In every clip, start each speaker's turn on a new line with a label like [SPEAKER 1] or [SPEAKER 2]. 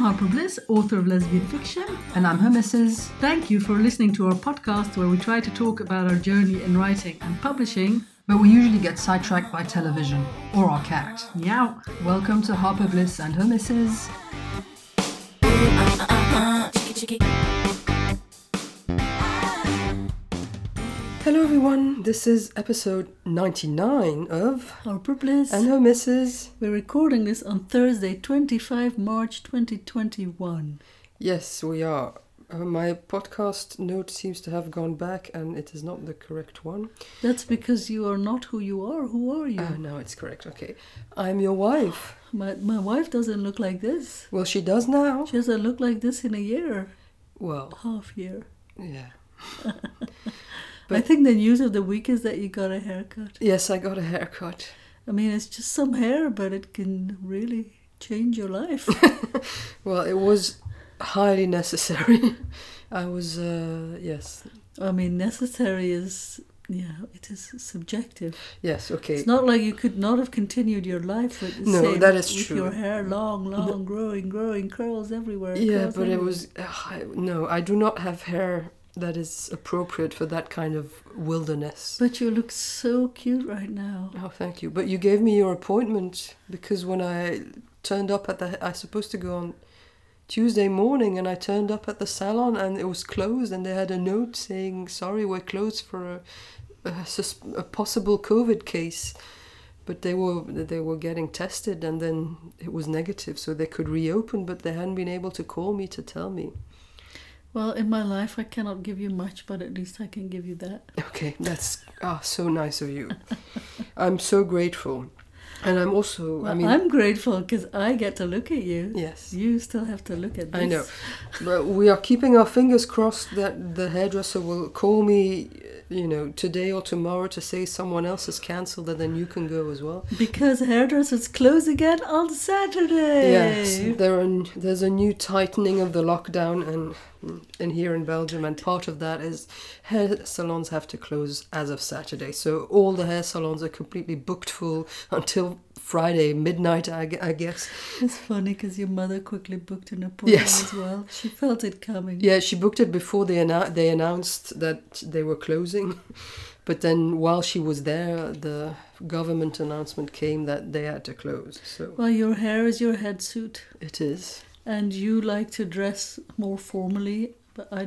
[SPEAKER 1] Papa Bliss, author of lesbian fiction, and I'm her missus. Thank you for listening to our podcast where we try to talk about our journey in writing and publishing.
[SPEAKER 2] But we usually get sidetracked by television or our cat.
[SPEAKER 1] Meow.
[SPEAKER 2] Welcome to Harper Bliss and her missus. Hello, everyone. This is episode 99 of
[SPEAKER 1] Harper Bliss.
[SPEAKER 2] And Her Misses.
[SPEAKER 1] We're recording this on Thursday, 25 March 2021.
[SPEAKER 2] Yes, we are. Uh, my podcast note seems to have gone back and it is not the correct one.
[SPEAKER 1] That's because you are not who you are. Who are you?
[SPEAKER 2] Oh, no, it's correct. Okay. I'm your wife.
[SPEAKER 1] my, my wife doesn't look like this.
[SPEAKER 2] Well, she does now.
[SPEAKER 1] She doesn't look like this in a year,
[SPEAKER 2] Well,
[SPEAKER 1] half year.
[SPEAKER 2] yeah.
[SPEAKER 1] I
[SPEAKER 2] But-
[SPEAKER 1] think the news of the week is that you got a haircut.
[SPEAKER 2] Yes, I got a haircut.
[SPEAKER 1] I mean, it's just some hair, but it can really change your life.
[SPEAKER 2] Well, it was highly necessary. I was, uh, yes.
[SPEAKER 1] I mean, necessary is, yeah, it is subjective.
[SPEAKER 2] Yes, okay.
[SPEAKER 1] It's not like you could not have continued your life with the
[SPEAKER 2] No,
[SPEAKER 1] same,
[SPEAKER 2] that is
[SPEAKER 1] with
[SPEAKER 2] true.
[SPEAKER 1] your hair long, long, growing, growing, curls everywhere.
[SPEAKER 2] yeah,
[SPEAKER 1] curls
[SPEAKER 2] but it
[SPEAKER 1] everywhere.
[SPEAKER 2] was. ugh, I, no, I do not have hair that is appropriate for that kind of wilderness.
[SPEAKER 1] But you look so cute right now.
[SPEAKER 2] Oh, thank you. But you gave me your appointment because when I turned up at the, I was supposed to go on Tuesday morning, and I turned up at the salon, and it was closed, and they had a note saying, "Sorry, we're closed for a, a, sus- a possible COVID case." But they were they were getting tested, and then it was negative, so they could reopen. But they hadn't been able to call me to tell me.
[SPEAKER 1] Well, in my life, I cannot give you much, but at least I can give you that.
[SPEAKER 2] Okay, that's ah so nice of you. I'm so grateful, and I'm also I mean
[SPEAKER 1] I'm grateful because I get to look at you.
[SPEAKER 2] yes.
[SPEAKER 1] You still have to look at this.
[SPEAKER 2] I know. But we are keeping our fingers crossed that the hairdresser will call me, you know, today or tomorrow to say someone else is cancelled and then you can go as well.
[SPEAKER 1] Because hairdressers close again on Saturday.
[SPEAKER 2] Yes, there are, n- there's a new tightening of the lockdown and in here in Belgium, and part of that is hair salons have to close as of Saturday. So all the hair salons are completely booked full until Friday midnight, I, gu- I guess.
[SPEAKER 1] It's funny because your mother quickly booked an appointment
[SPEAKER 2] Yes.
[SPEAKER 1] as well. She felt it coming.
[SPEAKER 2] Yeah, she booked it before they annou- they announced that they were closing, but then while she was there, the government announcement came that they had to close. So
[SPEAKER 1] Well, your hair is your head suit,
[SPEAKER 2] it is.
[SPEAKER 1] and you like to dress more formally, but I,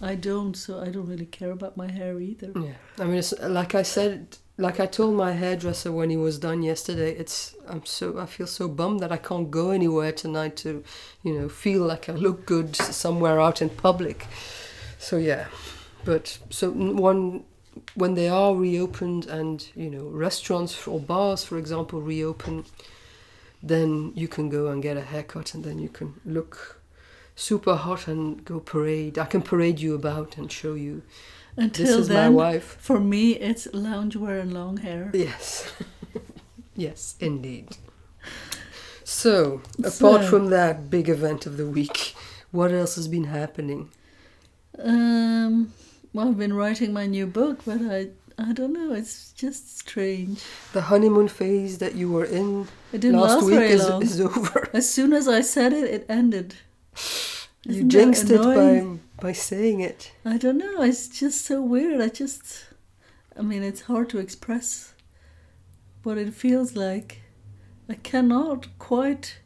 [SPEAKER 1] I don't, so I don't really care about my hair either.
[SPEAKER 2] Yeah, I mean, it's, like I said, like I told my hairdresser when he was done yesterday, it's I'm so I feel so bummed that I can't go anywhere tonight to, you know, feel like I look good somewhere out in public. So yeah, but so n- one when they are reopened and you know restaurants or bars, for example, reopen, then you can go and get a haircut and then you can look. Super hot and go parade. I can parade you about and show you.
[SPEAKER 1] Until
[SPEAKER 2] This is
[SPEAKER 1] then,
[SPEAKER 2] my wife.
[SPEAKER 1] for me, it's loungewear and long hair.
[SPEAKER 2] Yes. yes, indeed. So,
[SPEAKER 1] So-
[SPEAKER 2] apart from that big event of the week, what else has been happening?
[SPEAKER 1] Um, well, I've been writing my new book, but I, I don't know. It's just strange.
[SPEAKER 2] The honeymoon phase that you were in
[SPEAKER 1] It didn't
[SPEAKER 2] last
[SPEAKER 1] last
[SPEAKER 2] week
[SPEAKER 1] very
[SPEAKER 2] is,
[SPEAKER 1] long.
[SPEAKER 2] is over.
[SPEAKER 1] As soon as I said it, it ended.
[SPEAKER 2] you
[SPEAKER 1] Isn't that
[SPEAKER 2] jinxed it by,
[SPEAKER 1] annoying?
[SPEAKER 2] by saying it.
[SPEAKER 1] I don't know. It's just so weird. I just, I mean, it's hard to express what it feels like. I cannot quite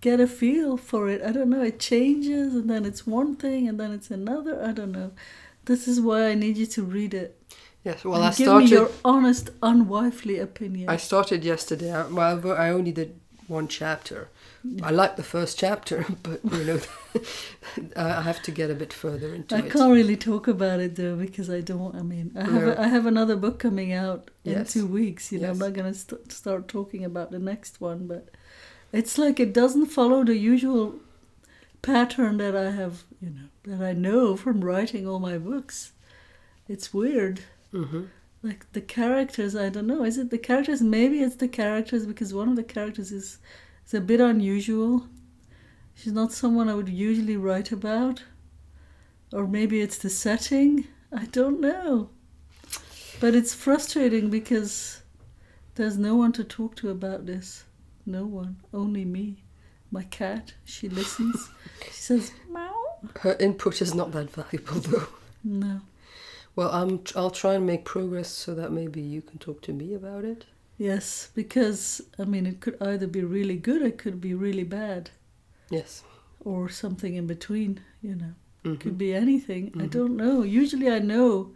[SPEAKER 1] get a feel for it. I don't know. It changes, and then it's one thing, and then it's another. I don't know. This is why I need you to read it.
[SPEAKER 2] Yes, well,
[SPEAKER 1] and
[SPEAKER 2] I
[SPEAKER 1] give
[SPEAKER 2] started.
[SPEAKER 1] me your honest, unwifely opinion.
[SPEAKER 2] I started yesterday. I, well, I've- I only did one chapter. I liked the first chapter, but you know, I I have to get a bit further into
[SPEAKER 1] I
[SPEAKER 2] it.
[SPEAKER 1] can't really talk about it though because I don't. I mean, I have
[SPEAKER 2] No.
[SPEAKER 1] I have another book coming out in
[SPEAKER 2] Yes.
[SPEAKER 1] two weeks. You know, I'm
[SPEAKER 2] Yes.
[SPEAKER 1] not gonna st- start talking about the next one, but it's like it doesn't follow the usual pattern that I have. You know, that I know from writing all my books. It's weird.
[SPEAKER 2] Mhm.
[SPEAKER 1] Like the characters, I don't know. Is it the characters? Maybe it's the characters because one of the characters is is a bit unusual. She's not someone I would usually write about. Or maybe it's the setting. I don't know. But it's frustrating because there's no one to talk to about this. No one. Only me. my cat. She listens. she says, meow.
[SPEAKER 2] Her input is not that valuable, though.
[SPEAKER 1] No.
[SPEAKER 2] Well, I'm, I'll try and make progress so that maybe you can talk to me about it.
[SPEAKER 1] Yes, because, I mean, it could either be really good, it could be really bad,
[SPEAKER 2] Yes.
[SPEAKER 1] or something in between, you know.
[SPEAKER 2] Mhm.
[SPEAKER 1] could be anything. I
[SPEAKER 2] Mhm.
[SPEAKER 1] don't know. Usually I know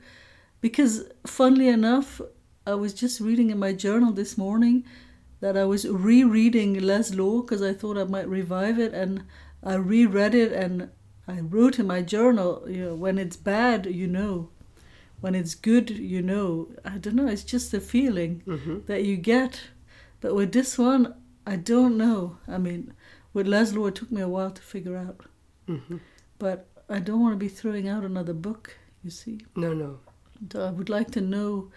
[SPEAKER 1] because, funnily enough, I was just reading in my journal this morning that I was rereading Laszlo because I thought I might revive it, and I reread it and I wrote in my journal, you know, when it's bad, you know. When it's good, you know. I don't know. It's just a feeling
[SPEAKER 2] Mm-hmm.
[SPEAKER 1] that you get. But with this one, I don't know. I mean, with Laszlo, it took me a while to figure out
[SPEAKER 2] Mm-hmm.
[SPEAKER 1] but I don't want to be throwing out another book, you see.
[SPEAKER 2] No, no.
[SPEAKER 1] And I would like to know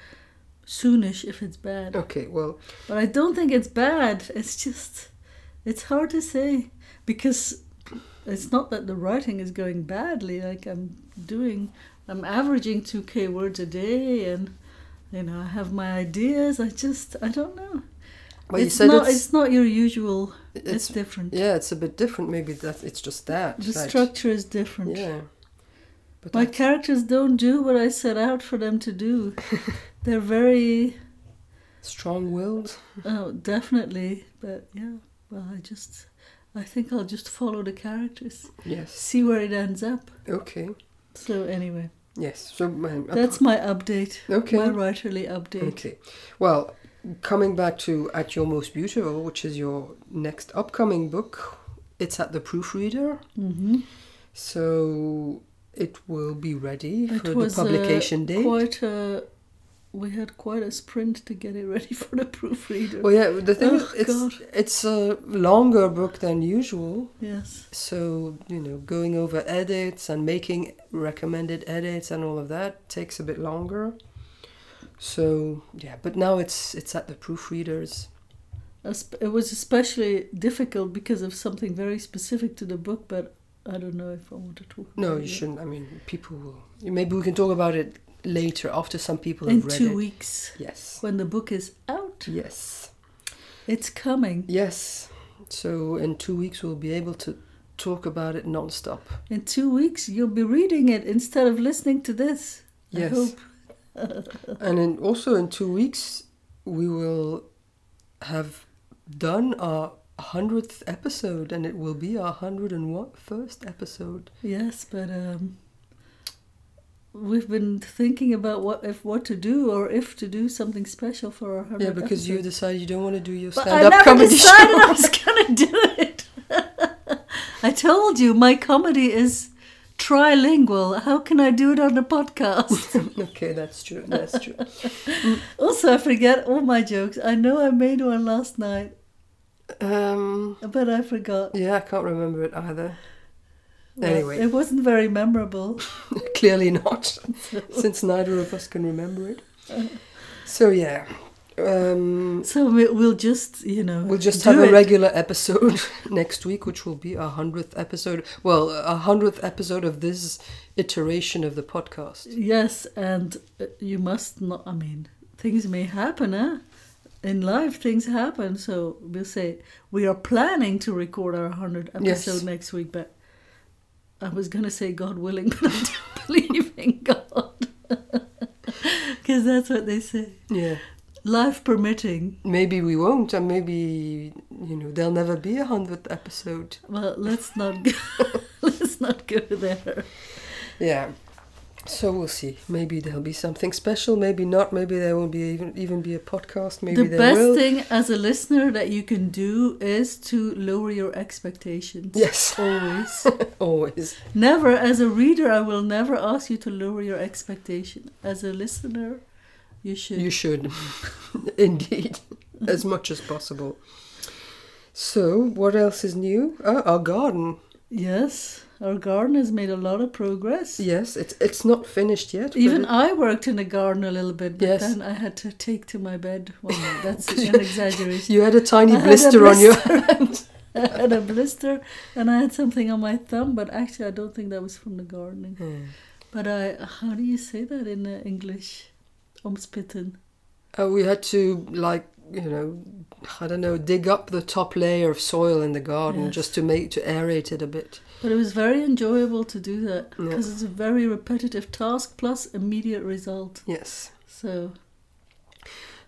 [SPEAKER 1] soonish if it's bad.
[SPEAKER 2] Okay, well,
[SPEAKER 1] But I don't think it's bad. It's just, it's hard to say because it's not that the writing is going badly. Like I'm doing, I'm averaging 2k words a day and, you know, I have my ideas. I just, I don't know.
[SPEAKER 2] but you
[SPEAKER 1] it's,
[SPEAKER 2] said
[SPEAKER 1] not, it's,
[SPEAKER 2] it's,
[SPEAKER 1] not your usual, it's,
[SPEAKER 2] it's,
[SPEAKER 1] different.
[SPEAKER 2] yeah, it's a bit different. Maybe that it's just that.
[SPEAKER 1] the
[SPEAKER 2] right?
[SPEAKER 1] structure is different.
[SPEAKER 2] Yeah. But
[SPEAKER 1] My
[SPEAKER 2] I-
[SPEAKER 1] characters don't do what I set out for them to do. They're very,
[SPEAKER 2] strong-willed.
[SPEAKER 1] oh, definitely, but yeah, well, I just, I think I'll just follow the characters,
[SPEAKER 2] Yes.
[SPEAKER 1] see where it ends up.
[SPEAKER 2] Okay.
[SPEAKER 1] So, anyway,
[SPEAKER 2] Yes. So my,
[SPEAKER 1] that's my update,
[SPEAKER 2] okay.
[SPEAKER 1] my writerly update.
[SPEAKER 2] Okay. Well, coming back to At Your Most Beautiful, which is your next upcoming book, it's at the proofreader.
[SPEAKER 1] hmm
[SPEAKER 2] So it will be ready
[SPEAKER 1] It
[SPEAKER 2] for the
[SPEAKER 1] was, uh,
[SPEAKER 2] publication date.
[SPEAKER 1] Quite a, we had quite a sprint to get it ready for the proofreader.
[SPEAKER 2] Well, yeah, the thing
[SPEAKER 1] Oh,
[SPEAKER 2] is, it's, it's a longer book than usual.
[SPEAKER 1] yes,
[SPEAKER 2] So, you know, going over edits and making recommended edits and all of that takes a bit longer. So, yeah, but now it's it's at the proofreaders.
[SPEAKER 1] Esp- it was especially difficult because of something very specific to the book, but I don't know if I want to talk.
[SPEAKER 2] No,
[SPEAKER 1] about
[SPEAKER 2] you
[SPEAKER 1] it yet.
[SPEAKER 2] shouldn't. I mean, people will. Maybe we can talk about it later after some people
[SPEAKER 1] in
[SPEAKER 2] have read
[SPEAKER 1] two
[SPEAKER 2] it.
[SPEAKER 1] weeks
[SPEAKER 2] Yes.
[SPEAKER 1] when the book is out
[SPEAKER 2] Yes.
[SPEAKER 1] it's coming
[SPEAKER 2] Yes. So in two weeks we'll be able to talk about it non-stop.
[SPEAKER 1] in two weeks you'll be reading it instead of listening to this
[SPEAKER 2] Yes.
[SPEAKER 1] i hope
[SPEAKER 2] And in, also in two weeks we will have done our hundredth episode, and it will be our hundred and one first episode.
[SPEAKER 1] yes but um we've been thinking about what if what to do or if to do something special for our 100th
[SPEAKER 2] Yeah, because you
[SPEAKER 1] episode.
[SPEAKER 2] decided you don't want to do your
[SPEAKER 1] but i
[SPEAKER 2] stand-up
[SPEAKER 1] never
[SPEAKER 2] comedy
[SPEAKER 1] decided
[SPEAKER 2] show.
[SPEAKER 1] i was gonna do it i told you my comedy is trilingual how can i do it on the podcast
[SPEAKER 2] okay, that's true. That's true.
[SPEAKER 1] also i forget all my jokes i know i made one last night
[SPEAKER 2] Um,
[SPEAKER 1] But I forgot.
[SPEAKER 2] yeah, I can't remember it either.
[SPEAKER 1] Well,
[SPEAKER 2] Anyway.
[SPEAKER 1] it wasn't very memorable.
[SPEAKER 2] Clearly not, since neither of us can remember it. So yeah, um,
[SPEAKER 1] So we- we'll just, you know,
[SPEAKER 2] we'll just
[SPEAKER 1] do
[SPEAKER 2] have a
[SPEAKER 1] it.
[SPEAKER 2] regular episode next week, which will be our hundredth episode. Well, a hundredth episode of this iteration of the podcast.
[SPEAKER 1] Yes, and uh, you must not. I mean, things may happen, eh? In life, things happen. So we'll say we are planning to record our hundred
[SPEAKER 2] Yes.
[SPEAKER 1] episode next week. But I was gonna say God willing, but I don't believe in God because that's what they say.
[SPEAKER 2] Yeah,
[SPEAKER 1] Life permitting.
[SPEAKER 2] maybe we won't, and maybe you know there'll never be a hundredth episode.
[SPEAKER 1] Well, let's not go, let's not go there.
[SPEAKER 2] Yeah. So we'll see. Maybe there'll be something special. Maybe not. Maybe there won't be even even be a podcast. Maybe
[SPEAKER 1] the
[SPEAKER 2] there
[SPEAKER 1] best
[SPEAKER 2] will.
[SPEAKER 1] thing as a listener that you can do is to lower your expectations.
[SPEAKER 2] Yes,
[SPEAKER 1] Always.
[SPEAKER 2] always.
[SPEAKER 1] never, as a reader, I will never ask you to lower your expectation. As a listener, you should.
[SPEAKER 2] You should, indeed, as much as possible. So, what else is new? Oh, our garden.
[SPEAKER 1] yes, our garden has made a lot of progress.
[SPEAKER 2] Yes, it's it's not finished yet. but
[SPEAKER 1] Even
[SPEAKER 2] it-
[SPEAKER 1] I worked in a garden a little bit, but
[SPEAKER 2] Yes.
[SPEAKER 1] then I had to take to my bed. Well, no, that's an exaggeration.
[SPEAKER 2] you had a tiny
[SPEAKER 1] I had a
[SPEAKER 2] blister on your.
[SPEAKER 1] I had a blister and I had something on my thumb, but actually, I don't think that was from the gardening. But I, how do you say that in uh, English? Omspitten.
[SPEAKER 2] Oh, we had to like you know, I don't know, dig up the top layer of soil in the garden
[SPEAKER 1] Yes.
[SPEAKER 2] just to make to aerate it a bit.
[SPEAKER 1] But it was very enjoyable to do that
[SPEAKER 2] Yeah.
[SPEAKER 1] because it's a very repetitive task plus immediate result.
[SPEAKER 2] Yes.
[SPEAKER 1] So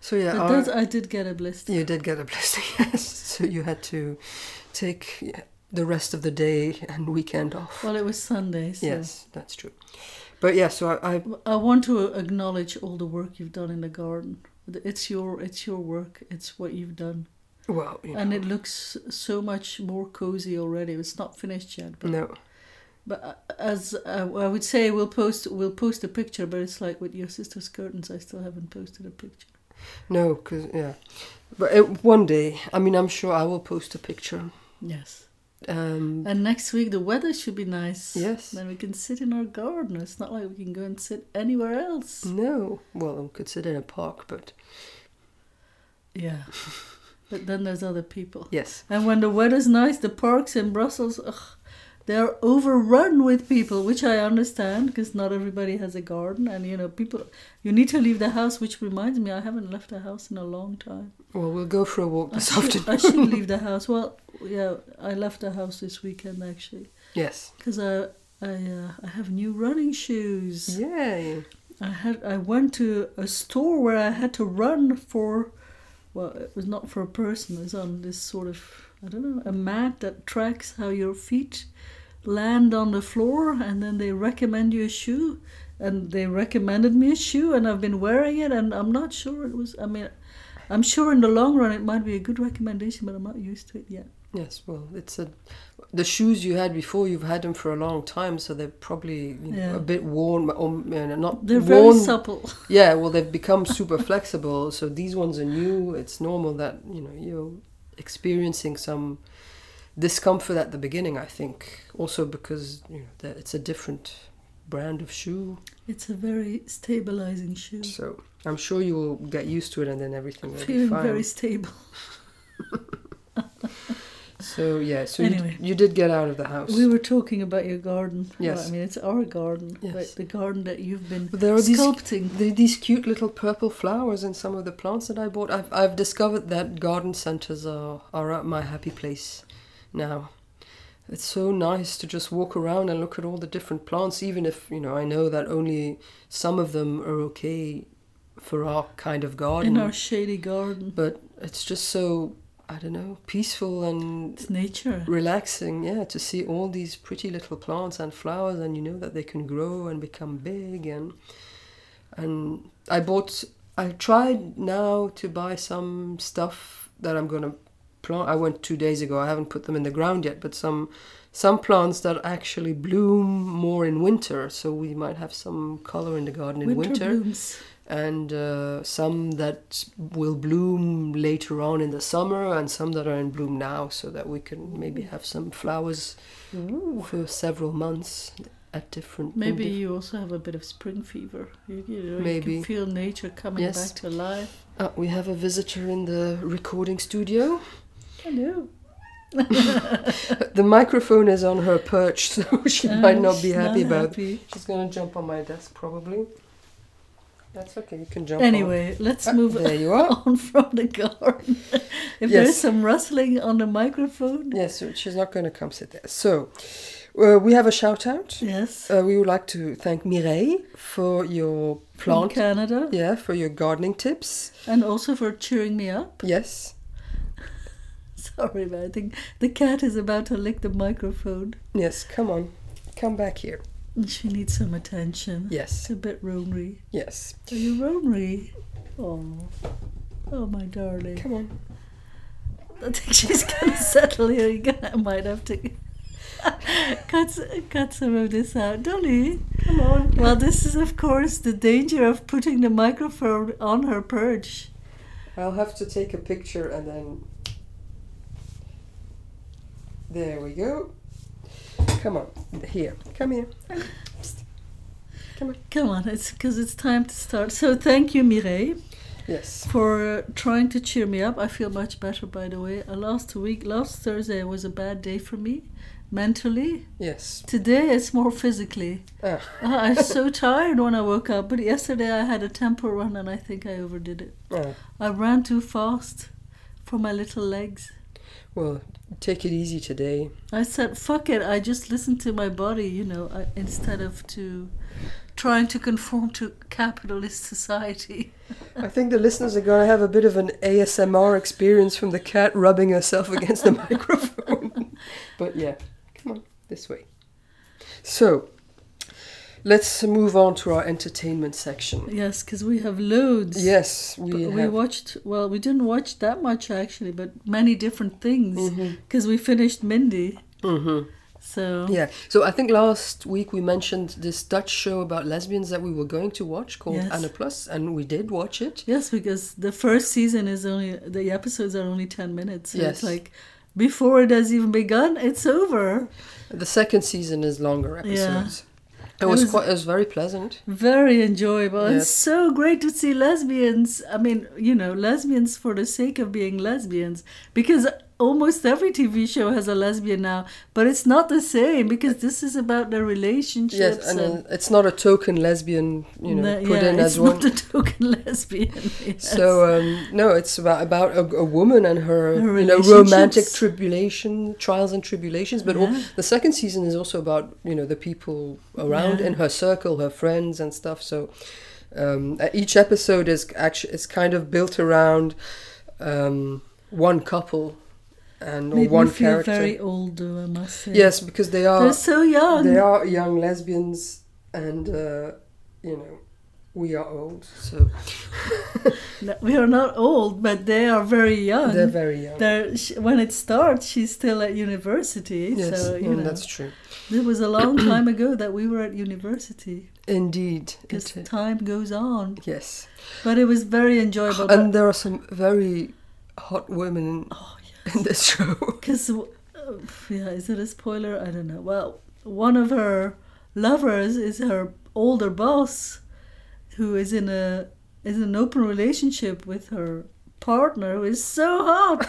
[SPEAKER 2] So yeah,
[SPEAKER 1] but
[SPEAKER 2] our-
[SPEAKER 1] that I did get a blister.
[SPEAKER 2] you did get a blister. Yes. So you had to take yeah, the rest of the day and weekend off.
[SPEAKER 1] Well, it was Sunday. So
[SPEAKER 2] yes, that's true. But yeah, so I, I
[SPEAKER 1] I want to acknowledge all the work you've done in the garden. It's your it's your work. It's what you've done,
[SPEAKER 2] well, you know,
[SPEAKER 1] and it looks so much more cozy already. It's not finished yet, but
[SPEAKER 2] no,
[SPEAKER 1] but uh, as uh, I would say, we'll post we'll post a picture. But it's like with your sister's curtains. I still haven't posted a picture.
[SPEAKER 2] no, because yeah, but it, one day, I mean, I'm sure I will post a picture.
[SPEAKER 1] Yes.
[SPEAKER 2] Um,
[SPEAKER 1] And next week the weather should be nice.
[SPEAKER 2] Yes.
[SPEAKER 1] Then we can sit in our garden. It's not like we can go and sit anywhere else.
[SPEAKER 2] Mm. no, well, I could sit in a park, but
[SPEAKER 1] Yeah. but then there's other people.
[SPEAKER 2] yes,
[SPEAKER 1] And when the weather's nice, the parks in Brussels, ugh, they're overrun with people, which I understand because not everybody has a garden. And you know, people, you need to leave the house, which reminds me, I haven't left the house in a long time.
[SPEAKER 2] well, we'll go for a walk
[SPEAKER 1] I
[SPEAKER 2] this
[SPEAKER 1] should,
[SPEAKER 2] afternoon.
[SPEAKER 1] I should leave the house. Well, yeah, I left the house this weekend actually
[SPEAKER 2] Yes,
[SPEAKER 1] because I, I, uh, I have new running shoes.
[SPEAKER 2] yay,
[SPEAKER 1] I had I went to a store where I had to run for well it was not for a person it was on this sort of I don't know a mat that tracks how your feet land on the floor and then they recommend you a shoe and they recommended me a shoe and I've been wearing it and I'm not sure it was I mean I'm sure in the long run it might be a good recommendation but I'm not used to it yet
[SPEAKER 2] yes. Well, it's a the shoes you had before. You've had them for a long time, so they're probably you know,
[SPEAKER 1] Yeah.
[SPEAKER 2] a bit worn, but- or you know, not
[SPEAKER 1] they're very
[SPEAKER 2] worn.
[SPEAKER 1] supple
[SPEAKER 2] Yeah, well, they've become super flexible. So these ones are new. It's normal that you know you're experiencing some discomfort at the beginning. I think also because you know that it's a different brand of shoe.
[SPEAKER 1] it's a very stabilizing shoe
[SPEAKER 2] So I'm sure you will get used to it, and then everything will be
[SPEAKER 1] feeling
[SPEAKER 2] fine.
[SPEAKER 1] very stable
[SPEAKER 2] So yeah, so
[SPEAKER 1] Anyway.
[SPEAKER 2] you, you did get out of the house.
[SPEAKER 1] We were talking about your garden.
[SPEAKER 2] Yes.
[SPEAKER 1] Well, I mean, it's our garden,
[SPEAKER 2] Yes.
[SPEAKER 1] but the garden that you've been
[SPEAKER 2] But there are these-
[SPEAKER 1] sculpting.
[SPEAKER 2] There are these cute little purple flowers in some of the plants that I bought. I've, I've discovered that garden centers are, are at my happy place now. It's so nice to just walk around and look at all the different plants, even if, you know, I know that only some of them are okay for our kind of garden.
[SPEAKER 1] In our shady garden.
[SPEAKER 2] But it's just so, I don't know, peaceful and
[SPEAKER 1] It's nature.
[SPEAKER 2] relaxing, yeah, to see all these pretty little plants and flowers, and you know that they can grow and become big. And and I bought, I tried now to buy some stuff that I'm gonna plant. I went two days ago. I haven't put them in the ground yet, but some some plants that actually bloom more in winter. So we might have some color in the garden in
[SPEAKER 1] Winter,
[SPEAKER 2] winter,
[SPEAKER 1] blooms.
[SPEAKER 2] and uh, some that will bloom later on in the summer, and some that are in bloom now, so that we can maybe have some flowers for several months at different. in
[SPEAKER 1] Maybe
[SPEAKER 2] diff-
[SPEAKER 1] you also have a bit of spring fever. You, you know, You
[SPEAKER 2] Maybe.
[SPEAKER 1] can feel nature coming
[SPEAKER 2] Yes.
[SPEAKER 1] back to life.
[SPEAKER 2] Ah, we have a visitor in the recording studio.
[SPEAKER 1] Hello.
[SPEAKER 2] the microphone is on her perch, so she might not be
[SPEAKER 1] Oh, she's
[SPEAKER 2] happy about.
[SPEAKER 1] happy.
[SPEAKER 2] She's gonna jump on my desk probably. That's okay. You can jump. on-
[SPEAKER 1] Anyway, let's
[SPEAKER 2] Ah,
[SPEAKER 1] move
[SPEAKER 2] there you are.
[SPEAKER 1] on from the garden. if there
[SPEAKER 2] Yes.
[SPEAKER 1] is some rustling on the microphone.
[SPEAKER 2] Yes, so she's not going to come sit there. So, uh, we have a shout out.
[SPEAKER 1] Yes.
[SPEAKER 2] Uh, we would like to thank Mireille for your
[SPEAKER 1] From
[SPEAKER 2] plant,
[SPEAKER 1] Canada.
[SPEAKER 2] yeah, for your gardening tips.
[SPEAKER 1] And also for cheering me up.
[SPEAKER 2] Yes,
[SPEAKER 1] Sorry, but I think the cat is about to lick the microphone.
[SPEAKER 2] yes, come on, come back here.
[SPEAKER 1] And She needs some attention. It's
[SPEAKER 2] Yes,
[SPEAKER 1] a bit roamery.
[SPEAKER 2] yes,
[SPEAKER 1] Are you roamery? Oh, oh my darling.
[SPEAKER 2] come on.
[SPEAKER 1] I think she's gonna settle here. You gonna, might have to cut s- cut some of this out, don't you?
[SPEAKER 2] Come on.
[SPEAKER 1] Well, this is of course the danger of putting the microphone on her perch.
[SPEAKER 2] I'll have to take a picture and then. There we go. Come on, here, come here.
[SPEAKER 1] Come on, it's because it's time to start. So thank you, Mireille.
[SPEAKER 2] Yes,
[SPEAKER 1] for uh, trying to cheer me up. I feel much better, by the way. Uh, last week, last Thursday was a bad day for me. mentally.
[SPEAKER 2] Yes.
[SPEAKER 1] Today it's more physically.
[SPEAKER 2] Ah.
[SPEAKER 1] Ah, I'm so tired when I woke up, but yesterday I had a temper run and I think I overdid it.
[SPEAKER 2] Ah.
[SPEAKER 1] I ran too fast for my little legs.
[SPEAKER 2] Well, take it easy today.
[SPEAKER 1] I said, fuck it, I just listened to my body, you know, I, instead of to trying to conform to capitalist society.
[SPEAKER 2] I think the listeners are going to have a bit of an ASMR experience from the cat rubbing herself against the microphone. but yeah, come on, this way. So, let's move on to our entertainment section.
[SPEAKER 1] Yes, because we have loads.
[SPEAKER 2] Yes, we
[SPEAKER 1] But
[SPEAKER 2] have.
[SPEAKER 1] we watched, well, we didn't watch that much actually, but many different things
[SPEAKER 2] Mhm.
[SPEAKER 1] because we finished Mindy.
[SPEAKER 2] Mhm.
[SPEAKER 1] So,
[SPEAKER 2] Yeah. So I think last week we mentioned this Dutch show about lesbians that we were going to watch called
[SPEAKER 1] Yes.
[SPEAKER 2] Anna Plus, and we did watch it.
[SPEAKER 1] yes, because the first season is only, the episodes are only 10 minutes. So
[SPEAKER 2] Yes.
[SPEAKER 1] it's like, before it has even begun, it's over.
[SPEAKER 2] The second season is longer episodes. It
[SPEAKER 1] It
[SPEAKER 2] was,
[SPEAKER 1] was-
[SPEAKER 2] quite. It was very pleasant.
[SPEAKER 1] Very enjoyable.
[SPEAKER 2] Yes.
[SPEAKER 1] It's so great to see lesbians. I mean, you know, lesbians for the sake of being lesbians. Because almost every TV show has a lesbian now, but it's not the same because this is about their relationships.
[SPEAKER 2] Yes, and uh, it's not a token lesbian, you know,
[SPEAKER 1] No,
[SPEAKER 2] put
[SPEAKER 1] yeah,
[SPEAKER 2] in
[SPEAKER 1] it's
[SPEAKER 2] as one.
[SPEAKER 1] not a token lesbian. yes.
[SPEAKER 2] So um, no, it's about about a, a woman and her,
[SPEAKER 1] Her
[SPEAKER 2] you know romantic
[SPEAKER 1] relationships.
[SPEAKER 2] tribulation, trials and tribulations. But all,
[SPEAKER 1] Yeah.
[SPEAKER 2] the second season is also about you know the people around
[SPEAKER 1] Yeah.
[SPEAKER 2] in her circle, her friends and stuff. So um, uh, each episode is actually is kind of built around um, one couple and or
[SPEAKER 1] made
[SPEAKER 2] one
[SPEAKER 1] me feel
[SPEAKER 2] character.
[SPEAKER 1] very old, though, I must say.
[SPEAKER 2] yes, because they are
[SPEAKER 1] they're so young.
[SPEAKER 2] they are young lesbians, and uh, you know we are old, so
[SPEAKER 1] No, We are not old, but they are very young.
[SPEAKER 2] they're very young.
[SPEAKER 1] They're- sh when it starts, she's still at university.
[SPEAKER 2] Yes,
[SPEAKER 1] so, you
[SPEAKER 2] mm,
[SPEAKER 1] know.
[SPEAKER 2] that's true.
[SPEAKER 1] It was a long time ago that we were at university
[SPEAKER 2] Indeed.
[SPEAKER 1] because
[SPEAKER 2] it-
[SPEAKER 1] time goes on.
[SPEAKER 2] yes.
[SPEAKER 1] But it was very enjoyable.
[SPEAKER 2] And there are some very hot women
[SPEAKER 1] Oh,
[SPEAKER 2] in this show.
[SPEAKER 1] Because, uh, yeah, is it a spoiler? I don't know. Well, one of her lovers is her older boss who is in a is in an open relationship with her partner who is so hot.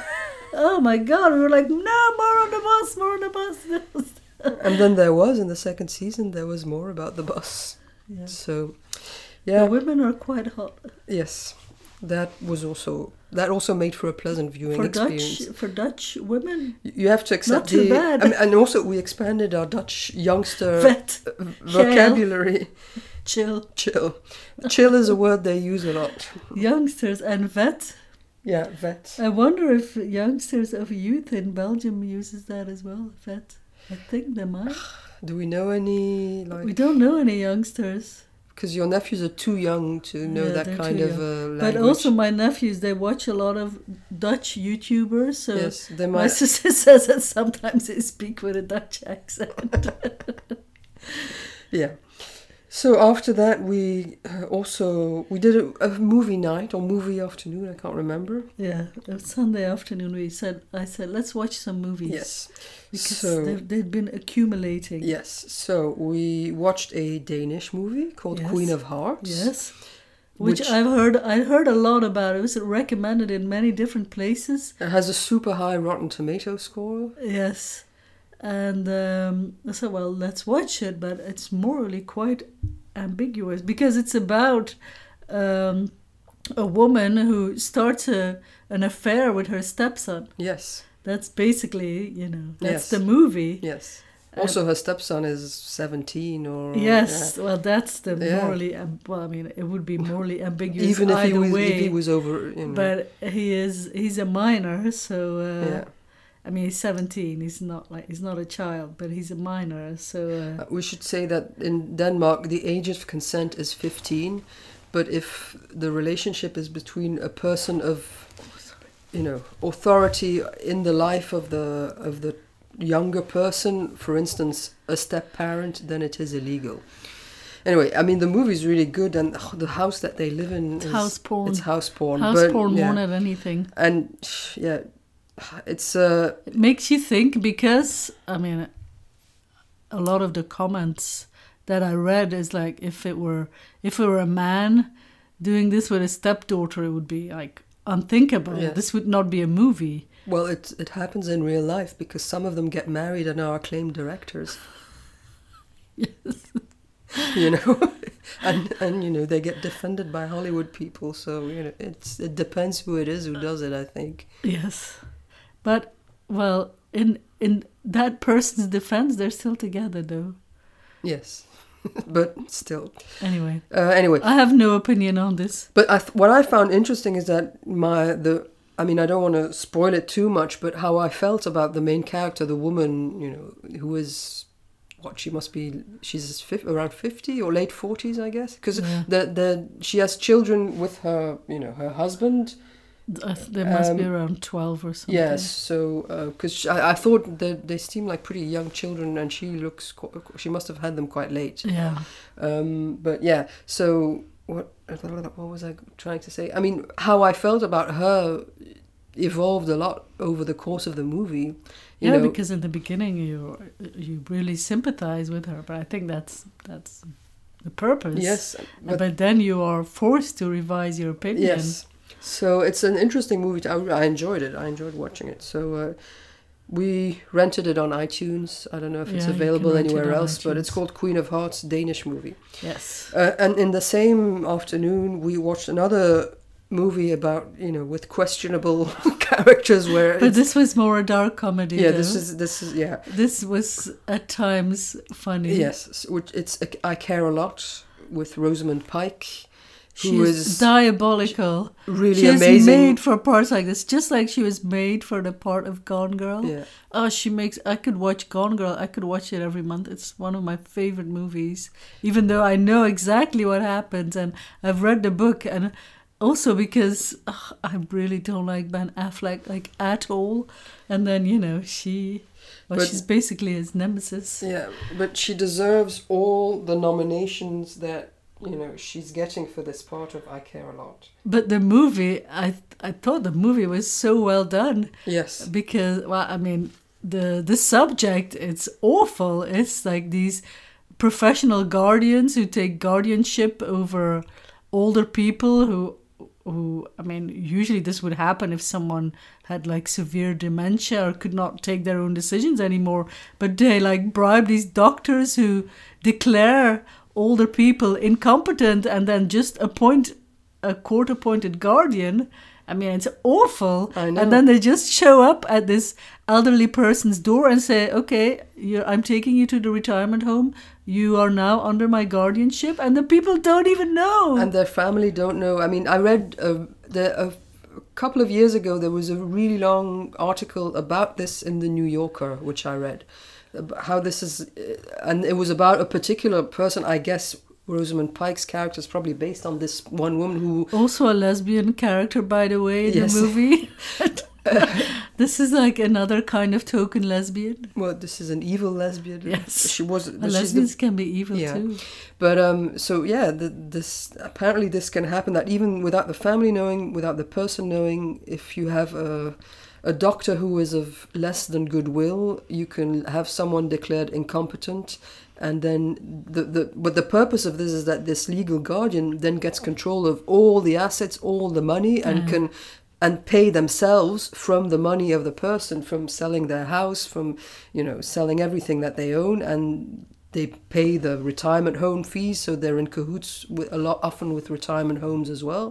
[SPEAKER 1] oh my god, we were like, no, more on the bus, more on the bus.
[SPEAKER 2] and then there was, in the second season, there was more about the bus.
[SPEAKER 1] yeah.
[SPEAKER 2] So,
[SPEAKER 1] The
[SPEAKER 2] yeah,
[SPEAKER 1] women are quite hot.
[SPEAKER 2] yes. That was also, that also made for a pleasant viewing
[SPEAKER 1] For
[SPEAKER 2] experience.
[SPEAKER 1] Dutch for Dutch women.
[SPEAKER 2] You you have to accept
[SPEAKER 1] too
[SPEAKER 2] the,
[SPEAKER 1] bad.
[SPEAKER 2] I mean, and also we expanded our Dutch youngster
[SPEAKER 1] Vet.
[SPEAKER 2] vocabulary.
[SPEAKER 1] chill
[SPEAKER 2] Chill, chill is a word they use a lot.
[SPEAKER 1] youngsters and vet.
[SPEAKER 2] Yeah, vet.
[SPEAKER 1] I wonder if youngsters of youth in Belgium uses that as well. Vet. I think they might.
[SPEAKER 2] Do we know any like?
[SPEAKER 1] We don't know any youngsters,
[SPEAKER 2] because your nephews are too young to know
[SPEAKER 1] Yeah,
[SPEAKER 2] that
[SPEAKER 1] they're
[SPEAKER 2] kind
[SPEAKER 1] too
[SPEAKER 2] of
[SPEAKER 1] young.
[SPEAKER 2] uh, language.
[SPEAKER 1] but also my nephews they watch a lot of Dutch YouTubers. So
[SPEAKER 2] yes, they
[SPEAKER 1] my
[SPEAKER 2] might.
[SPEAKER 1] sister says that sometimes they speak with a Dutch accent.
[SPEAKER 2] Yeah. So after that, we uh, also we did a, a movie night or movie afternoon. I can't remember.
[SPEAKER 1] yeah, on Sunday afternoon we said I said let's watch some movies.
[SPEAKER 2] Yes.
[SPEAKER 1] Because
[SPEAKER 2] so
[SPEAKER 1] they've, they've been accumulating.
[SPEAKER 2] yes, so we watched a Danish movie called
[SPEAKER 1] Yes.
[SPEAKER 2] Queen of Hearts.
[SPEAKER 1] Yes. Which,
[SPEAKER 2] Which-
[SPEAKER 1] I've heard I heard a lot about. It was recommended in many different places.
[SPEAKER 2] It has a super high Rotten Tomato score.
[SPEAKER 1] Yes. And um, I said, well, let's watch it, but it's morally quite ambiguous because it's about um, a woman who starts a, an affair with her stepson.
[SPEAKER 2] Yes.
[SPEAKER 1] That's basically, you know, that's
[SPEAKER 2] Yes. Mm,
[SPEAKER 1] the movie.
[SPEAKER 2] Yes.
[SPEAKER 1] Um,
[SPEAKER 2] Also, her stepson is seventeen or
[SPEAKER 1] Yes, well, that's the
[SPEAKER 2] Yeah.
[SPEAKER 1] morally. Amb- well, I mean, it would be morally
[SPEAKER 2] yeah.
[SPEAKER 1] ambiguous
[SPEAKER 2] Even if he
[SPEAKER 1] either
[SPEAKER 2] was
[SPEAKER 1] way.
[SPEAKER 2] if he was over, you know.
[SPEAKER 1] but he is he's a minor so uh,
[SPEAKER 2] yeah.
[SPEAKER 1] i mean he's 17 he's not like he's not a child but he's a minor so uh,
[SPEAKER 2] Uh, We should say that in Denmark, the age of consent is 15, but if the relationship is between a person of, you know, authority in the life of the of the younger person, for instance, a step parent, then it is illegal. Anyway, I mean, the movie is really good, and ugh, the house that they live in
[SPEAKER 1] it's
[SPEAKER 2] is
[SPEAKER 1] house porn
[SPEAKER 2] It's house porn.
[SPEAKER 1] house
[SPEAKER 2] but-
[SPEAKER 1] porn
[SPEAKER 2] yeah.
[SPEAKER 1] more than anything
[SPEAKER 2] And sh- yeah, it's uh,
[SPEAKER 1] it makes you think because i mean a lot of the comments that i read is like if it were if it were a man doing this with a stepdaughter it would be like unthinkable.
[SPEAKER 2] Yeah.
[SPEAKER 1] This would not be a movie.
[SPEAKER 2] Well, it it happens in real life because some of them get married and are acclaimed directors. Yes. You know, and and you know they get defended by Hollywood people. So you know, it's it depends who it is who does it. I think.
[SPEAKER 1] Yes, but well, in in that person's defense, they're still together though.
[SPEAKER 2] Yes, but still.
[SPEAKER 1] Anyway,
[SPEAKER 2] Uh, anyway,
[SPEAKER 1] I have no opinion on this.
[SPEAKER 2] But I th- what I found interesting is that my the I mean I don't want to spoil it too much, but how I felt about the main character, the woman, you know, who is what she must be she's fif- around 50 or late 40s I guess because
[SPEAKER 1] Yeah.
[SPEAKER 2] the the she has children with her you know her husband
[SPEAKER 1] I th- There must be
[SPEAKER 2] Um,
[SPEAKER 1] around twelve or something.
[SPEAKER 2] yes so because I, I thought that they seem like pretty young children and she looks qu- she must have had them quite late
[SPEAKER 1] Yeah.
[SPEAKER 2] um, but yeah, so what? What was I trying to say? I mean, how I felt about her evolved a lot over the course of the movie. You
[SPEAKER 1] yeah,
[SPEAKER 2] know,
[SPEAKER 1] because in the beginning you you really sympathize with her, but I think that's that's the purpose.
[SPEAKER 2] yes,
[SPEAKER 1] but,
[SPEAKER 2] but,
[SPEAKER 1] then you are forced to revise your opinion.
[SPEAKER 2] yes. So it's an interesting movie. To, I, I enjoyed it. I enjoyed watching it. So. Uh, we rented it on iTunes. I don't know if it's
[SPEAKER 1] Yeah, you can
[SPEAKER 2] available
[SPEAKER 1] rent it
[SPEAKER 2] anywhere
[SPEAKER 1] on
[SPEAKER 2] else, but it's
[SPEAKER 1] iTunes.
[SPEAKER 2] called Queen of Hearts, Danish movie.
[SPEAKER 1] Yes.
[SPEAKER 2] Uh, and in the same afternoon, we watched another movie about you know with questionable characters where
[SPEAKER 1] But this was more a dark comedy.
[SPEAKER 2] yeah this
[SPEAKER 1] though.
[SPEAKER 2] is this is yeah
[SPEAKER 1] this was at times funny.
[SPEAKER 2] yes s- which it's i care a lot with rosamund pike
[SPEAKER 1] She
[SPEAKER 2] who
[SPEAKER 1] is
[SPEAKER 2] is
[SPEAKER 1] diabolical.
[SPEAKER 2] really
[SPEAKER 1] she is
[SPEAKER 2] amazing
[SPEAKER 1] made for parts like this, just like she was made for the part of Gone Girl.
[SPEAKER 2] yeah
[SPEAKER 1] Oh, she makes. I could watch Gone Girl. I could watch it every month. It's one of my favorite movies, even though I know exactly what happens and I've read the book and also because ugh, I really don't like Ben Affleck like at all. And then you know she, well,
[SPEAKER 2] But-
[SPEAKER 1] she's basically his nemesis.
[SPEAKER 2] yeah but she deserves all the nominations that you know she's getting for this part of i care a lot
[SPEAKER 1] But the movie, I I thought the movie was so well done.
[SPEAKER 2] yes
[SPEAKER 1] because well i mean the the subject it's awful it's like these professional guardians who take guardianship over older people who who i mean usually this would happen if someone had like severe dementia or could not take their own decisions anymore but they like bribe these doctors who declare older people incompetent and then just appoint a court appointed guardian i mean it's awful
[SPEAKER 2] I know.
[SPEAKER 1] and then they just show up at this elderly person's door and say, "Okay, you're, I'm taking you to the retirement home. You are now under my guardianship," and the people don't even know.
[SPEAKER 2] and their family don't know. I mean, I read uh, the, a couple of years ago there was a really long article about this in the New Yorker, which I read, ab- how this is, uh, and it was about a particular person, I guess. Rosamund Pike's character is probably based on this one woman who
[SPEAKER 1] also, a lesbian character, by the way, in
[SPEAKER 2] Yes.
[SPEAKER 1] the movie. this is like another kind of token lesbian.
[SPEAKER 2] well this is an evil lesbian
[SPEAKER 1] Yes.
[SPEAKER 2] she was
[SPEAKER 1] Uh,
[SPEAKER 2] but she's the-
[SPEAKER 1] Lesbians can be evil
[SPEAKER 2] Yeah.
[SPEAKER 1] too.
[SPEAKER 2] But um, so yeah, the, this apparently this can happen that even without the family knowing, without the person knowing, if you have a a doctor who is of less than goodwill, you can have someone declared incompetent, and then the, the but the purpose of this is that this legal guardian then gets control of all the assets, all the money, and can. And pay themselves from the money of the person, from selling their house, from you know selling everything that they own, and they pay the retirement home fees, so they're in cahoots with a lot often with retirement homes as well.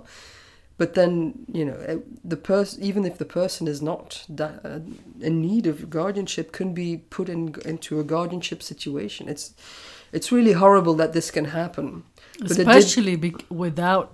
[SPEAKER 2] But then you know eh, the person, even if the person is not da- uh, in need of guardianship, can be put in into a guardianship situation. It's it's really horrible that this can happen. But it did-
[SPEAKER 1] Especially bec without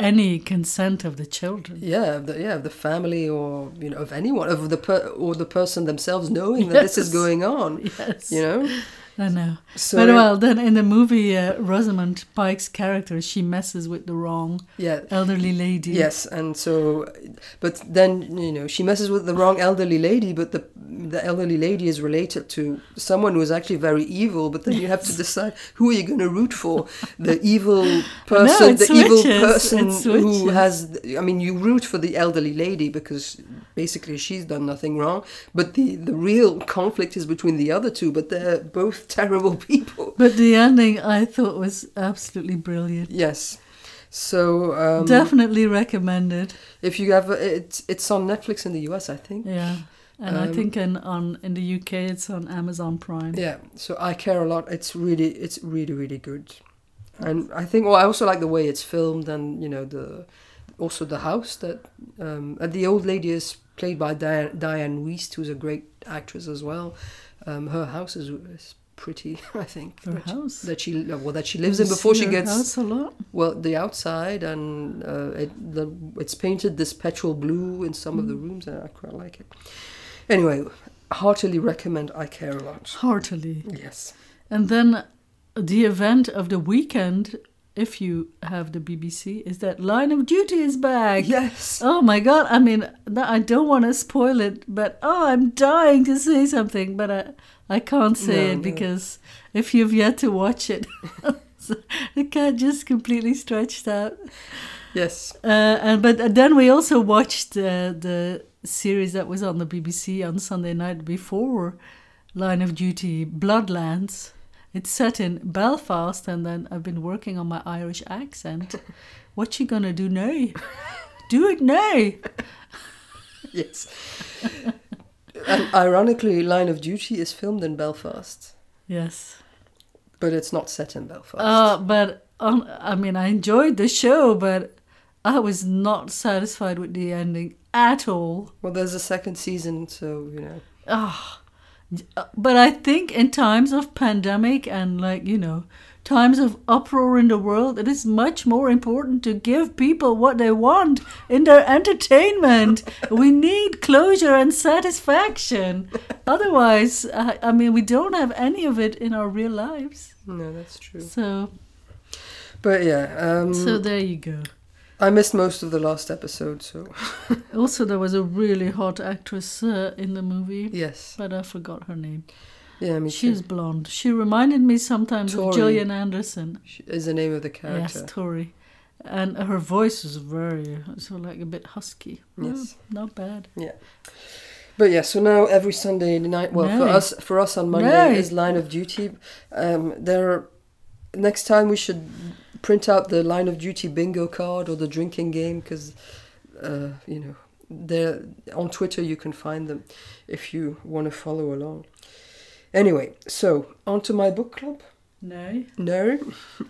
[SPEAKER 1] any consent of the children.
[SPEAKER 2] yeah, of the, yeah, of the family or you know of anyone of the per- or the person themselves knowing that this is
[SPEAKER 1] Yes.
[SPEAKER 2] going on.
[SPEAKER 1] Yes.
[SPEAKER 2] You know,
[SPEAKER 1] I know.
[SPEAKER 2] so
[SPEAKER 1] but well, then in the movie, uh, Rosamund Pike's character, she messes with the wrong
[SPEAKER 2] yeah,
[SPEAKER 1] elderly lady.
[SPEAKER 2] Yes, and so, but then you know she messes with the wrong elderly lady, but the the elderly lady is related to someone who is actually very evil. But then you have to decide who are you going to root for: the evil person,
[SPEAKER 1] it
[SPEAKER 2] the evil
[SPEAKER 1] switches,
[SPEAKER 2] person
[SPEAKER 1] it
[SPEAKER 2] who
[SPEAKER 1] switches.
[SPEAKER 2] has. I mean, you root for the elderly lady because basically she's done nothing wrong. But the the real conflict is between the other two. But they're both terrible people.
[SPEAKER 1] But the ending I thought was absolutely brilliant.
[SPEAKER 2] Yes. So um,
[SPEAKER 1] Definitely recommended.
[SPEAKER 2] if you have it's it's on Netflix in the US, I think.
[SPEAKER 1] Yeah. And I
[SPEAKER 2] Um,
[SPEAKER 1] think in on in the UK it's on Amazon Prime.
[SPEAKER 2] Yeah, so I care a lot. It's really, it's really, really good, and I think. Well, I also like the way it's filmed, and you know the, also the house that, um, and the old lady is played by Diane, Diane Wiest, who's a great actress as well. Um, her house is, is pretty, I think.
[SPEAKER 1] Her
[SPEAKER 2] that she-
[SPEAKER 1] house.
[SPEAKER 2] That she uh, well that she lives
[SPEAKER 1] You
[SPEAKER 2] in before
[SPEAKER 1] see
[SPEAKER 2] she
[SPEAKER 1] her
[SPEAKER 2] gets
[SPEAKER 1] house a lot.
[SPEAKER 2] well the outside and uh, it the, it's painted this petrol blue in some of
[SPEAKER 1] Mm.
[SPEAKER 2] the rooms and I quite like it. Anyway, heartily recommend. I care a lot.
[SPEAKER 1] Heartily.
[SPEAKER 2] Yes.
[SPEAKER 1] And then the event of the weekend, if you have the BBC, is that Line of Duty is back.
[SPEAKER 2] Yes.
[SPEAKER 1] Oh my god! I mean, no, I don't want to spoil it, but oh, I'm dying to say something, but I I can't say
[SPEAKER 2] No,
[SPEAKER 1] it
[SPEAKER 2] no.
[SPEAKER 1] because if you've yet to watch it, the cat just completely stretched out.
[SPEAKER 2] Yes.
[SPEAKER 1] Uh, and but then we also watched uh, the series that was on the BBC on Sunday night before Line of Duty, Bloodlands. It's set in Belfast, and then I've been working on my Irish accent. what you gonna do now? do it now.
[SPEAKER 2] Yes. and ironically, Line of Duty is filmed in Belfast,
[SPEAKER 1] Yes.
[SPEAKER 2] but it's not set in Belfast.
[SPEAKER 1] Uh, but on, I mean, I enjoyed the show, but I was not satisfied with the ending at all.
[SPEAKER 2] well, there's a second season, so you know.
[SPEAKER 1] Ah, but I think in times of pandemic and like you know, times of uproar in the world, it is much more important to give people what they want in their entertainment. we need closure and satisfaction. Otherwise, I, I mean, we don't have any of it in our real lives.
[SPEAKER 2] No, that's true.
[SPEAKER 1] So,
[SPEAKER 2] But yeah, um,
[SPEAKER 1] so there you go.
[SPEAKER 2] I missed most of the last episode, so
[SPEAKER 1] Also, there was a really hot actress uh, in the movie,
[SPEAKER 2] yes.
[SPEAKER 1] but I forgot her name.
[SPEAKER 2] Yeah, me
[SPEAKER 1] She was
[SPEAKER 2] too.
[SPEAKER 1] blonde. She reminded me sometimes
[SPEAKER 2] Tori.
[SPEAKER 1] of Gillian Anderson.
[SPEAKER 2] She is the name of the character.
[SPEAKER 1] Yes, Tori. And her voice was very, so like a bit husky. No,
[SPEAKER 2] Yes.
[SPEAKER 1] not bad.
[SPEAKER 2] But yeah, so now every Sunday night, well, for
[SPEAKER 1] Nice.
[SPEAKER 2] us, for us on Monday
[SPEAKER 1] Nice.
[SPEAKER 2] is Line of Duty. Um, there, are, next time we should print out the Line of Duty bingo card or the drinking game because, uh, you know, they're on Twitter. You can find them if you want to follow along. Anyway, so on to my book club.
[SPEAKER 1] No.
[SPEAKER 2] No.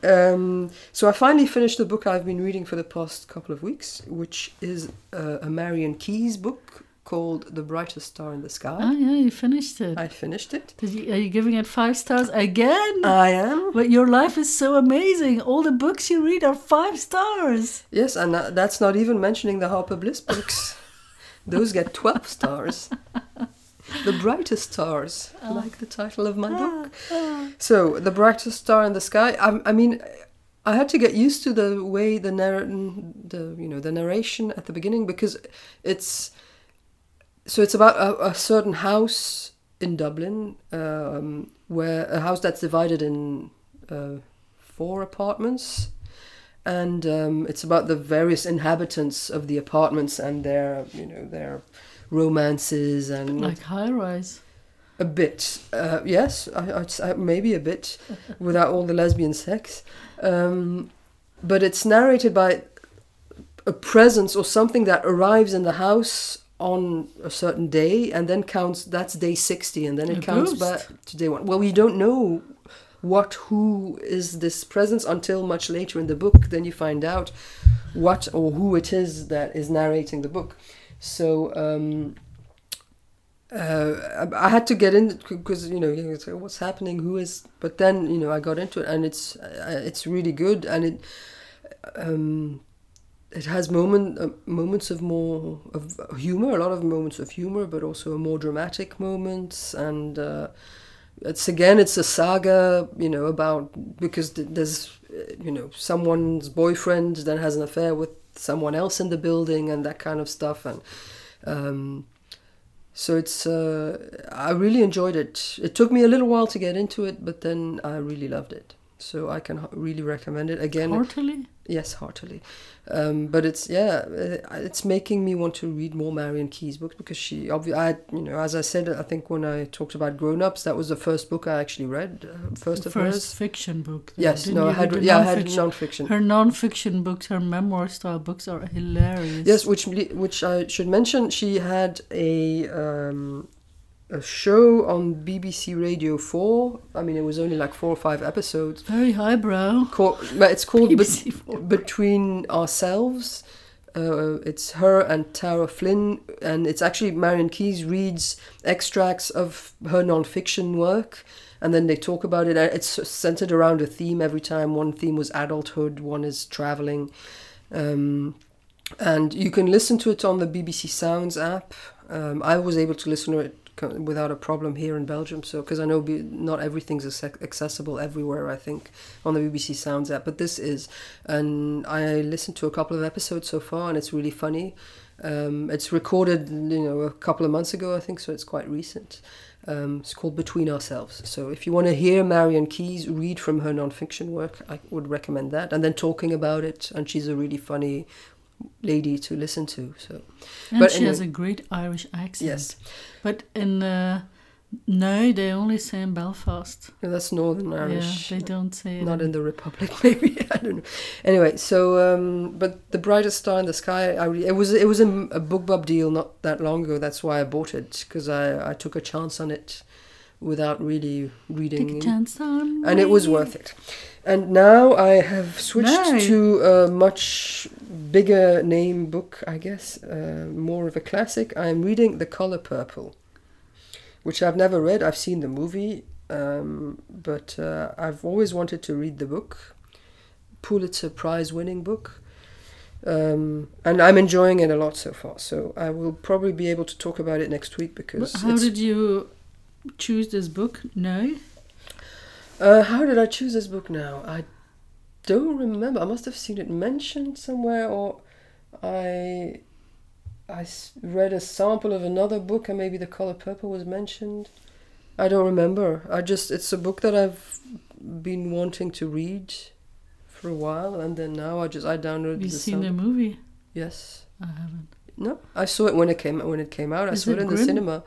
[SPEAKER 2] Um, so I finally finished the book I've been reading for the past couple of weeks, which is uh, a Marion Keyes book called The Brightest Star in the Sky.
[SPEAKER 1] Oh, yeah, you finished it.
[SPEAKER 2] I finished it.
[SPEAKER 1] Did you, are you giving it five stars again?
[SPEAKER 2] I am.
[SPEAKER 1] but your life is so amazing. All the books you read are five stars.
[SPEAKER 2] Yes, and tha- that's not even mentioning the Harper Bliss books. Those get 12 stars. the Brightest Stars, like the title of my book. So, The Brightest Star in the Sky. I, I mean, I had to get used to the way the narr- the you know the narration at the beginning because it's so it's about a, a certain house in Dublin um, where a house that's divided in uh, four apartments and um, it's about the various inhabitants of the apartments and their you know their romances and
[SPEAKER 1] Like high rise.
[SPEAKER 2] a bit, uh, yes, I, I'd say maybe a bit, without all the lesbian sex. Um, but it's narrated by a presence or something that arrives in the house on a certain day and then counts, that's day 60, and then it
[SPEAKER 1] A
[SPEAKER 2] counts
[SPEAKER 1] ghost.
[SPEAKER 2] back to day one. Well, we don't know what, who is this presence until much later in the book. Then you find out what or who it is that is narrating the book. So, um, uh, I I had to get in because you know you say, what's happening, who is, but then you know I got into it and it's uh, it's really good and it um, it has moment uh, moments of more of humor, a lot of moments of humor, but also more dramatic moments and uh, it's again it's a saga you know about because th- there's uh, you know someone's boyfriend then has an affair with someone else in the building and that kind of stuff and. Um, so it's uh, I really enjoyed it. It took me a little while to get into it, but then I really loved it. So I can h- really recommend it again.
[SPEAKER 1] Heartily?
[SPEAKER 2] Yes, heartily. Um, but it's yeah, uh, it's making me want to read more Marion Key's books because she obvi- I you know as I said I think when I talked about grown ups that was the first book I actually read uh, first of
[SPEAKER 1] First
[SPEAKER 2] hers.
[SPEAKER 1] fiction book. though.
[SPEAKER 2] Yes,
[SPEAKER 1] Didn't
[SPEAKER 2] no,
[SPEAKER 1] you
[SPEAKER 2] I had
[SPEAKER 1] read
[SPEAKER 2] re-
[SPEAKER 1] the
[SPEAKER 2] yeah I had
[SPEAKER 1] nonfiction?
[SPEAKER 2] nonfiction.
[SPEAKER 1] Her non-fiction books, her memoir-style books, are hilarious.
[SPEAKER 2] Yes, which le- which I should mention, she had a um, a show on BBC Radio Four. I mean, it was only like four or five episodes.
[SPEAKER 1] very highbrow.
[SPEAKER 2] Called, but it's called
[SPEAKER 1] BBC Four.
[SPEAKER 2] Bet- Between Ourselves. Uh, it's her and Tara Flynn, and it's actually Marion Keyes reads extracts of her nonfiction work, and then they talk about it. Uh, It's centered around a theme every time. One theme was adulthood, one is traveling. Um, and you can listen to it on the BBC Sounds app. Um, I was able to listen to it co- without a problem here in Belgium, so because I know be, not everything's ac- accessible everywhere. I think on the BBC Sounds app, but this is, and I listened to a couple of episodes so far, and it's really funny. Um, it's recorded, you know, a couple of months ago, I think, so it's quite recent. Um, it's called Between Ourselves. So if you want to hear Marion Keyes read from her nonfiction work, I would recommend that. And then talking about it, and she's a really funny lady to listen to. So
[SPEAKER 1] And
[SPEAKER 2] But
[SPEAKER 1] she has a great Irish accent.
[SPEAKER 2] yes,
[SPEAKER 1] But in uh, no, they only say in Belfast.
[SPEAKER 2] No, that's Northern Irish.
[SPEAKER 1] Yeah, they don't say it.
[SPEAKER 2] not in the Republic, maybe I don't know. Anyway, so um, but the brightest star in the sky. I re- it was it was a, a bookbub deal not that long ago. That's why I bought it because I I took a chance on it without really reading.
[SPEAKER 1] Take a chance on.
[SPEAKER 2] and it was
[SPEAKER 1] me.
[SPEAKER 2] worth it. And now I have switched
[SPEAKER 1] Nice.
[SPEAKER 2] to a much bigger name book, I guess, uh, more of a classic. I am reading The Color Purple, which I've never read. I've seen the movie, um, but uh, I've always wanted to read the book. Pulitzer Prize winning book. Um, and I'm enjoying it a lot so far. So I will probably be able to talk about it next week because
[SPEAKER 1] But how
[SPEAKER 2] it's
[SPEAKER 1] did you choose this book? No.
[SPEAKER 2] Uh, how did I choose this book now? I don't remember. I must have seen it mentioned somewhere, or I I s- read a sample of another book, and maybe the color purple was mentioned. I don't remember. I just it's a book that I've been wanting to read for a while, and then now I just I
[SPEAKER 1] Have
[SPEAKER 2] downloaded.
[SPEAKER 1] you
[SPEAKER 2] the
[SPEAKER 1] seen the
[SPEAKER 2] sound-
[SPEAKER 1] movie?
[SPEAKER 2] Yes.
[SPEAKER 1] I haven't.
[SPEAKER 2] No, I saw it when it came when it came out. I
[SPEAKER 1] Is
[SPEAKER 2] saw
[SPEAKER 1] it
[SPEAKER 2] it in the
[SPEAKER 1] grim?
[SPEAKER 2] cinema.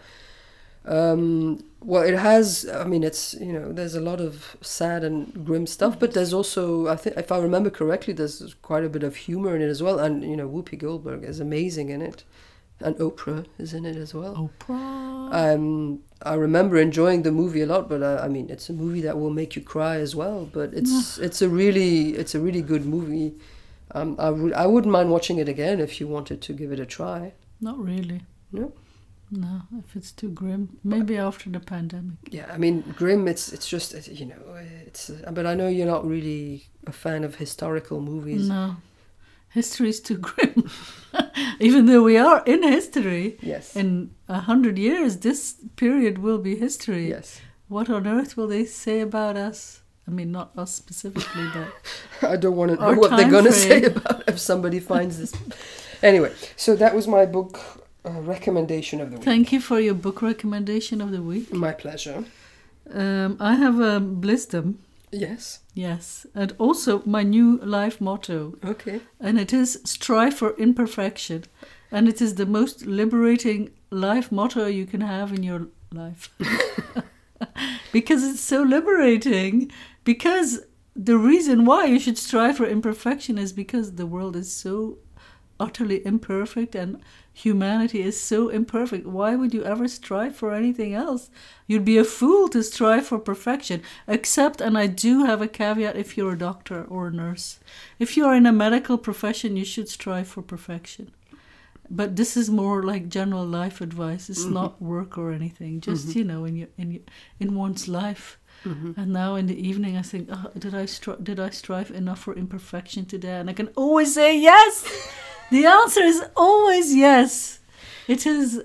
[SPEAKER 2] Um, well, it has. I mean, it's you know, there's a lot of sad and grim stuff, but there's also, I think, if I remember correctly, there's quite a bit of humor in it as well. And you know, Whoopi Goldberg is amazing in it, and Oprah is in it as well.
[SPEAKER 1] Oprah.
[SPEAKER 2] Um, I remember enjoying the movie a lot, but uh, I mean, it's a movie that will make you cry as well. But it's it's a really it's a really good movie. Um, I would I wouldn't mind watching it again if you wanted to give it a try.
[SPEAKER 1] Not really.
[SPEAKER 2] No?
[SPEAKER 1] No, if it's too grim. Maybe after the pandemic.
[SPEAKER 2] Yeah, I mean, grim. It's it's just it- you know it's. uh, But I know you're not really a fan of historical movies.
[SPEAKER 1] No. History is too grim. Even though we are in history,
[SPEAKER 2] Yes.
[SPEAKER 1] in a hundred years, this period will be history.
[SPEAKER 2] yes.
[SPEAKER 1] What on earth will they say about us? I mean, not us specifically, but
[SPEAKER 2] I don't want to know
[SPEAKER 1] Our
[SPEAKER 2] what they're
[SPEAKER 1] time
[SPEAKER 2] gonna
[SPEAKER 1] frame.
[SPEAKER 2] say about if somebody finds this. anyway, so that was my book uh, recommendation of the week.
[SPEAKER 1] thank you for your book recommendation of the week.
[SPEAKER 2] My pleasure.
[SPEAKER 1] Um, I have a Blisdom,
[SPEAKER 2] Yes.
[SPEAKER 1] yes, and also my new life motto,
[SPEAKER 2] Okay.
[SPEAKER 1] and it is strive for imperfection, and it is the most liberating life motto you can have in your life because it's so liberating. Because the reason why you should strive for imperfection is because the world is so utterly imperfect and humanity is so imperfect. Why would you ever strive for anything else? You'd be a fool to strive for perfection, except, and I do have a caveat if you're a doctor or a nurse. If you are in a medical profession, you should strive for perfection. But this is more like general life advice. It's not work or anything. Just you know, in your, in your, in one's life. And now in the evening, I think, oh, did I stri- did I strive enough for imperfection today? And I can always say yes. the answer is always yes. It is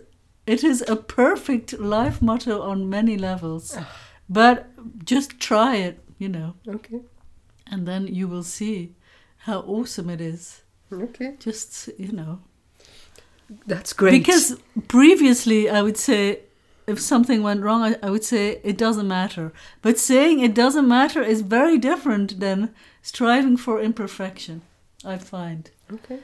[SPEAKER 1] it is a perfect life motto on many levels. but just try it, you know,
[SPEAKER 2] Okay.
[SPEAKER 1] and then you will see how awesome it is.
[SPEAKER 2] Okay.
[SPEAKER 1] Just you know,
[SPEAKER 2] That's great.
[SPEAKER 1] because previously I would say if something went wrong, I, I would say it doesn't matter. But saying it doesn't matter is very different than striving for imperfection, I find.
[SPEAKER 2] Okay.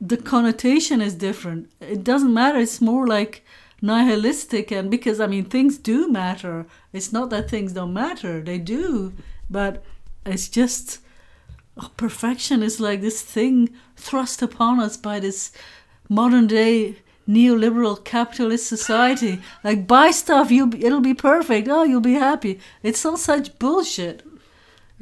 [SPEAKER 1] The connotation is different. It doesn't matter, it's more like nihilistic, and because I mean, things do matter. It's not that things don't matter, they do, but it's just oh, perfection is like this thing thrust upon us by this modern day neoliberal capitalist society. Like buy stuff, you will it'll be perfect. Oh, you'll be happy. It's all such bullshit.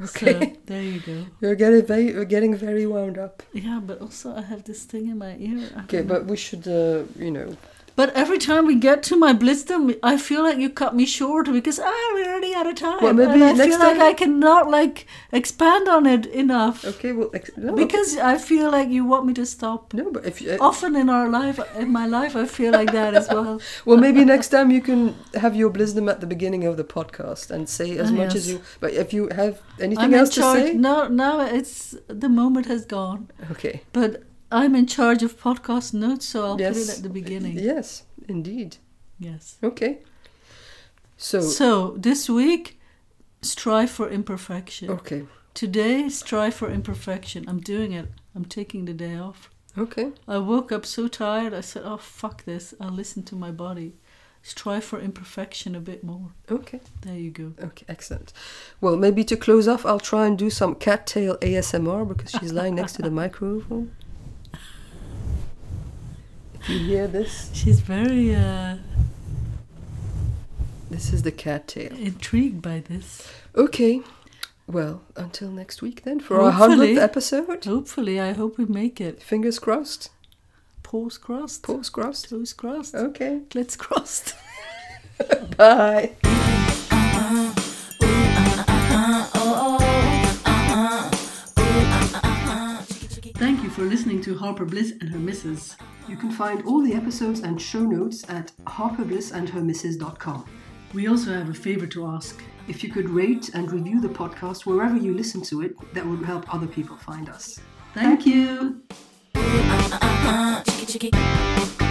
[SPEAKER 2] Okay.
[SPEAKER 1] So, there you go.
[SPEAKER 2] You're getting very, you're getting very wound up.
[SPEAKER 1] Yeah, but also I have this thing in my ear. I
[SPEAKER 2] Okay,
[SPEAKER 1] don't
[SPEAKER 2] but we should, uh, you know.
[SPEAKER 1] But every time we get to my blitzdom, I feel like you cut me short because ah, we're already out of time.
[SPEAKER 2] Well, maybe
[SPEAKER 1] and I
[SPEAKER 2] next
[SPEAKER 1] feel like
[SPEAKER 2] time-
[SPEAKER 1] I cannot like expand on it enough
[SPEAKER 2] Okay, well, ex- no,
[SPEAKER 1] because I feel like you want me to stop.
[SPEAKER 2] no, but if you, uh,
[SPEAKER 1] Often in our life, in my life, I feel like that as well.
[SPEAKER 2] well, maybe next time you can have your blizzard at the beginning of the podcast and say as
[SPEAKER 1] Ah,
[SPEAKER 2] much
[SPEAKER 1] yes.
[SPEAKER 2] as you. But if you have anything
[SPEAKER 1] I'm
[SPEAKER 2] else
[SPEAKER 1] in
[SPEAKER 2] to
[SPEAKER 1] charge. Mm.
[SPEAKER 2] say,
[SPEAKER 1] No, no, it's the moment has gone.
[SPEAKER 2] okay.
[SPEAKER 1] But I'm in charge of podcast notes, so I'll put it
[SPEAKER 2] Yes.
[SPEAKER 1] at the beginning.
[SPEAKER 2] Yes, indeed.
[SPEAKER 1] Yes.
[SPEAKER 2] Okay. So,
[SPEAKER 1] So this week, strive for imperfection.
[SPEAKER 2] okay,
[SPEAKER 1] Today, strive for imperfection. I'm doing it. I'm taking the day off.
[SPEAKER 2] okay,
[SPEAKER 1] I woke up so tired. I said, "Oh fuck this! I'll listen to my body." Strive for imperfection a bit more.
[SPEAKER 2] okay.
[SPEAKER 1] There you go.
[SPEAKER 2] Okay, excellent. Well, maybe to close off, I'll try and do some cattail ASMR because she's lying next to the microphone. If you hear this,
[SPEAKER 1] She's very uh,
[SPEAKER 2] this is the cattail.
[SPEAKER 1] intrigued by this.
[SPEAKER 2] Okay. Well, until next week then for
[SPEAKER 1] Hopefully.
[SPEAKER 2] our 100th episode.
[SPEAKER 1] Hopefully, I hope we make it.
[SPEAKER 2] Fingers crossed,
[SPEAKER 1] Paws crossed.
[SPEAKER 2] paws crossed.
[SPEAKER 1] Toes crossed.
[SPEAKER 2] Okay.
[SPEAKER 1] Let's crossed.
[SPEAKER 2] Bye.
[SPEAKER 1] Thank you for listening to Harper Bliss and her missus.
[SPEAKER 2] You can find all the episodes and show notes at harperblissandhermisses.com.
[SPEAKER 1] We also have a favor to ask.
[SPEAKER 2] If you could rate and review the podcast wherever you listen to it, that would help other people find us.
[SPEAKER 1] Thank you.
[SPEAKER 3] chicky chicky